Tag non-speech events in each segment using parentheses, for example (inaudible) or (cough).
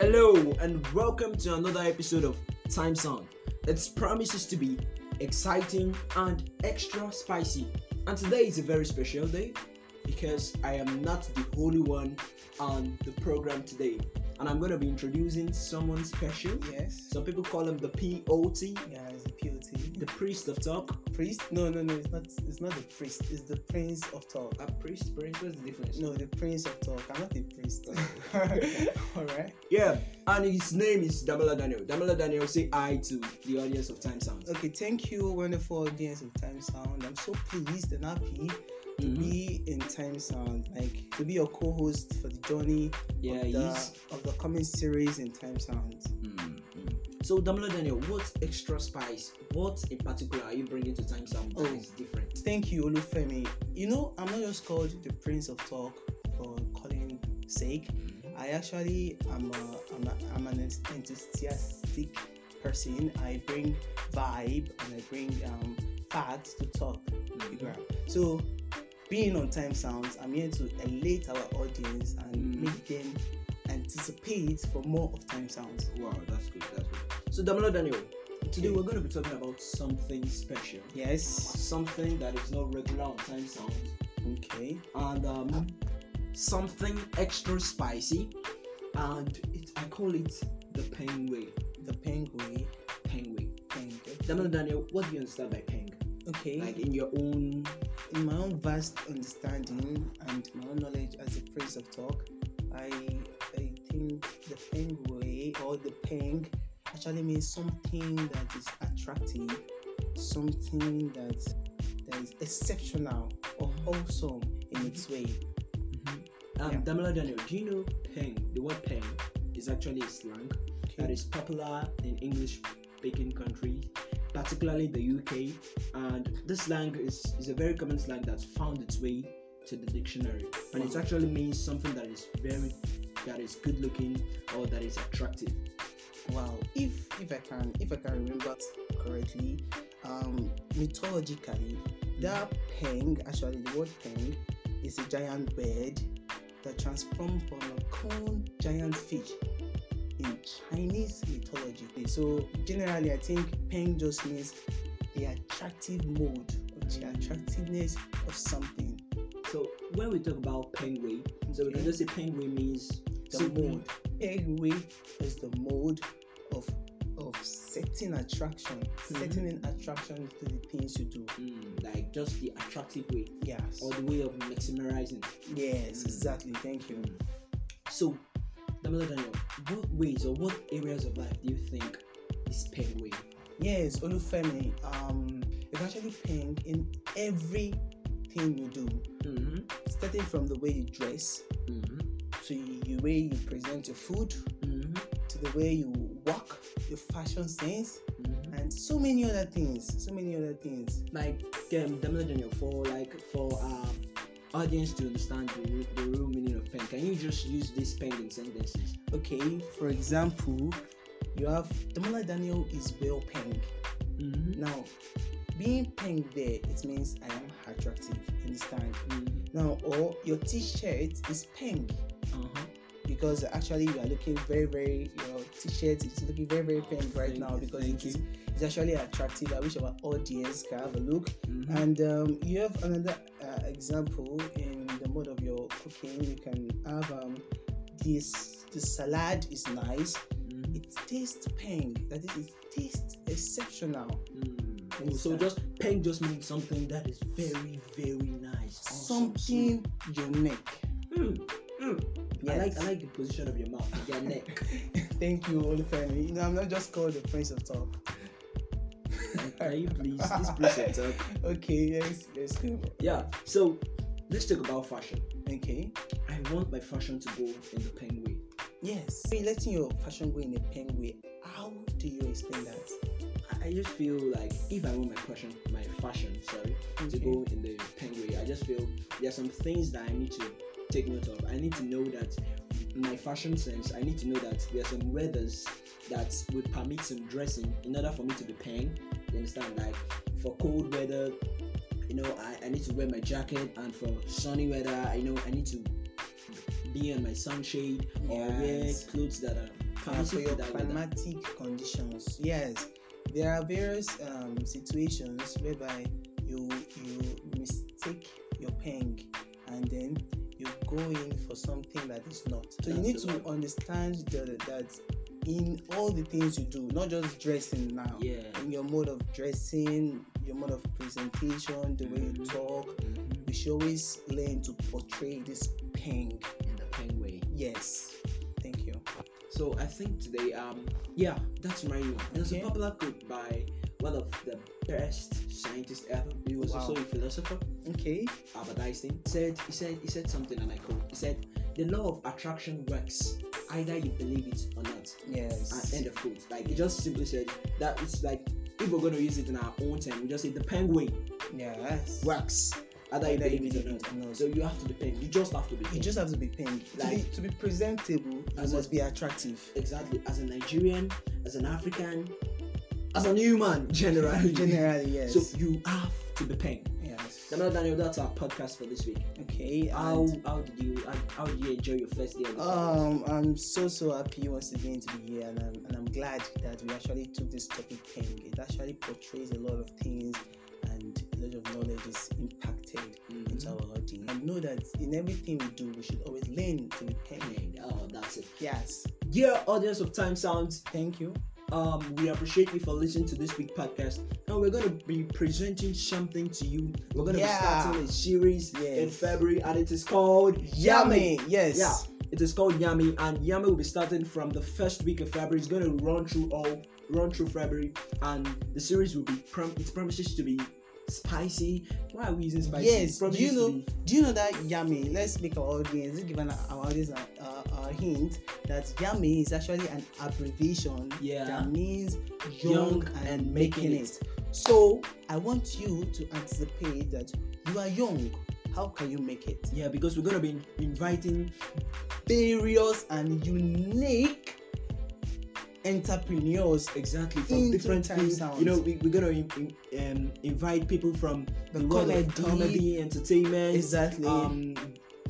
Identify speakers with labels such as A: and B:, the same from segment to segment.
A: Hello and welcome to another episode of Time Sound. It promises to be exciting and extra spicy. And today is a very special day because I am not the only one on the program today. And I'm going to be introducing someone special.
B: Yes.
A: Some people call him the POT,
B: Yeah, it's the POT.
A: the priest of talk.
B: The priest? No, no, no. It's not. It's not the priest. It's the prince of talk.
A: A priest, priest, what's the difference?
B: No, the prince of talk. I'm not a priest. (laughs) All right.
A: Yeah, and his name is Damola Daniel. Damola Daniel, say hi to the audience of Time Sound.
B: Okay. Thank you, wonderful audience of Time Sound. I'm so pleased and happy to
A: Mhm.
B: be in Time Sound. Like to be your co-host for the journey
A: Yeah,
B: of,
A: he's.
B: the, of the coming series in Time Sound.
A: Mm, So, Damola Daniel, what extra spice, what in particular are you bringing to Time Sound that
B: Oh.
A: is different?
B: Thank you, Olufemi. You know, I'm not just called the prince of talk for calling sake.
A: Mm,
B: I actually am a, I'm, a, I'm an enthusiastic person. I bring vibe and I bring um, facts to talk.
A: mm.
B: you grab. So, being on Time Sounds, I'm here to elate our audience and
A: Mm.
B: make them anticipate for more of Time Sounds.
A: Wow, that's good, that's good. So, Damola Daniel, today
B: Okay.
A: we're going to be talking about something special,
B: Yes.
A: something that is not regular on Time Sound,
B: Okay.
A: and um, something extra spicy, and it, I call it the Peng Way.
B: The penguin.
A: Peng Way. Damola
B: penguin.
A: Daniel, what do you understand by Peng?
B: Okay.
A: Like in your own.
B: in my own vast understanding and my own knowledge as a prince of talk, I I think the peng way or the peng actually means something that is attractive, something that that is exceptional or awesome in its way.
A: Um,
B: Yeah.
A: Damola Daniel, do you know Peng? The word Peng is actually a slang. that is popular in English speaking countries, particularly the UK. And this slang is, is a very common slang that's found its way to the dictionary. And it actually means something that is very that is good looking or that is attractive.
B: Wow. If if I can if I can remember correctly, um, mythologically, that peng actually the word peng is a giant bird that transformed from a common giant fish in Chinese mythology. So generally, I think peng just means the attractive mode or the attractiveness of something.
A: So when we talk about penguin, so we can
B: Okay.
A: just say penguin means
B: the
A: simply-
B: mode. Anyway, is the mode of of setting attraction,
A: Mm-hmm.
B: setting an attraction to the things you do.
A: Mm, like just the attractive way
B: Yes.
A: or the way of maximizing.
B: yes,
A: Mm.
B: exactly. Thank you.
A: So, Damola Daniel, what ways or what areas of life do you think is penguin?
B: Yes, Olufemi. Um, you can actually paint in everything you do,
A: Mm-hmm.
B: starting from the way you dress
A: Mm-hmm.
B: to the way you present your food
A: Mm-hmm.
B: to the way you walk, your fashion sense,
A: Mm-hmm.
B: and so many other things. So many other things.
A: Like, um, Damola Daniel, for like for um, audience to understand the, re- the real meaning of pen, can you just use this pen in sentences?
B: Okay, for example, you have Damola Daniel is well peng.
A: Mm-hmm.
B: Now, being peng there, it means I am attractive. Understand?
A: Mm-hmm.
B: Now, or your T-shirt is peng
A: Uh-huh.
B: because actually you are looking very, very your T-shirt is looking very, very peng right
A: Thank
B: now
A: you,
B: because
A: thank
B: it is
A: you.
B: it's actually attractive. I wish our audience can have a look.
A: Mhm.
B: And um, you have another uh, example in the mode of your cooking. You can have um, this. The salad is nice.
A: Mhm.
B: It tastes peng. That is, it tastes
A: Oh,
B: exceptional.
A: Mm. So just pen just means something that is very very nice. Awesome, sweet.
B: Something unique.
A: Mm. Mm. I like
B: Yes.
A: I like the position of your mouth, your neck.
B: (laughs) Thank you, Olufemi. You know, I'm not just called the Prince of Talk.
A: (laughs) Can you please, this please talk?
B: Okay, yes, yes, go.
A: Yeah. So let's talk about fashion.
B: Okay.
A: I want my fashion to go in the pen way.
B: Yes. So you're letting your fashion go in a peng way. How do you explain that?
A: I- I just feel like if I want my fashion, my fashion, sorry, to
B: Okay.
A: go in the pen way, I just feel there are some things that I need to take note of. I need to know that my fashion sense. I need to know that there are some weathers that would permit some dressing in order for me to be paying. You understand? Like for cold weather, you know, I, I need to wear my jacket, and for sunny weather, I know I need to be on my sunshade or wear
B: Yes.
A: clothes that are Can you
B: for
A: say
B: your
A: that with that?
B: climatic conditions. Yes, there are various um, situations whereby you you mistake your peng and then you go in for something that is not. So you
A: That's
B: need
A: the
B: to understand the, that in all the things you do, not just dressing now.
A: Yeah.
B: In your mode of dressing, your mode of presentation, the way you
A: Mhm.
B: talk,
A: Mhm.
B: you should always learn to portray this peng.
A: In the peng way.
B: Yes. Thank you.
A: So I think today, um, yeah, that's my one. There's
B: Okay.
A: a popular quote by one of the best scientists ever. He was
B: Wow.
A: also a philosopher,
B: Okay.
A: Albert Einstein. Said he said he said something, and I quote. He said, "The law of attraction works, either you believe it or not."
B: Yes.
A: And end of quote. Like he just simply said that it's like if we're gonna use it in our own term, we just say the pen way
B: Yes.
A: works, either you
B: Either you
A: believe it or
B: believe it
A: not.
B: or not.
A: So you have to depend. You just have to
B: You
A: depend.
B: just have to be pink. to, be,
A: Like-
B: to be presentable, you
A: As a-
B: must be
A: (laughs)
B: attractive.
A: exactly as a Nigerian, as an African, as a new man (laughs) generally.
B: Generally, yes.
A: So you have to be paying.
B: yes.
A: Daniel, Daniel, that's our podcast for this week.
B: Okay.
A: How
B: and,
A: how did you how, how did you enjoy your first day? Of the podcast?
B: um, I'm so so happy once again to be here, and I'm and I'm glad that we actually took this topic pink. It actually portrays a lot of things, and a lot of knowledge is impacted into
A: Mhm.
B: our audience. And know that in everything we do, we should always learn to be pink.
A: Paying. Oh, that's it.
B: Yes.
A: Dear audience of Time Sounds,
B: Thank you.
A: um, we appreciate you for listening to this week podcast. Now we're gonna be presenting something to you. We're gonna
B: Yeah.
A: be starting a series in
B: Yes.
A: February, and it is called
B: Yummy. Yes.
A: Yeah, it is called Yami, and Yami will be starting from the first week of February. It's going to run through all, run through February, and the series will be. Prom- it promises to be spicy. Why are we using spicy?
B: Yes,
A: It promises
B: do you know-
A: to be-
B: Do you know that yummy? Let's make our audience give an, our audience a, a, a hint that yummy is actually an abbreviation
A: Yeah.
B: that means young,
A: Young
B: and,
A: and
B: making
A: making
B: it. So I want you to anticipate that you are young. How can you make it?
A: yeah, because we're going to be inviting
B: Various and unique entrepreneurs
A: exactly from
B: Into
A: different
B: time
A: fields.
B: sounds.
A: You know, we, we're going to in, in- um, invite people from
B: The
A: world of
B: comedy.
A: comedy, entertainment,
B: Exactly.
A: um,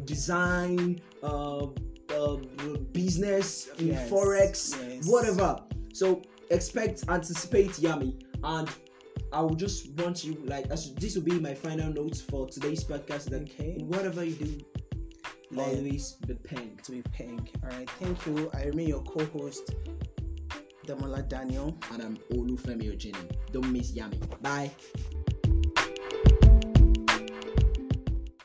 A: design, uh, uh, business,
B: Yes,
A: forex,
B: yes.
A: whatever. So expect, anticipate Yami, and I will just want you like as this will be my final notes for today's podcast. That
B: Okay.
A: in whatever you do,
B: Like-
A: always be paying.
B: to be pink. Alright, thank you. I remain your co-host, Damola Daniel.
A: And I'm Olufemi Ojini. Don't miss Yami. Bye.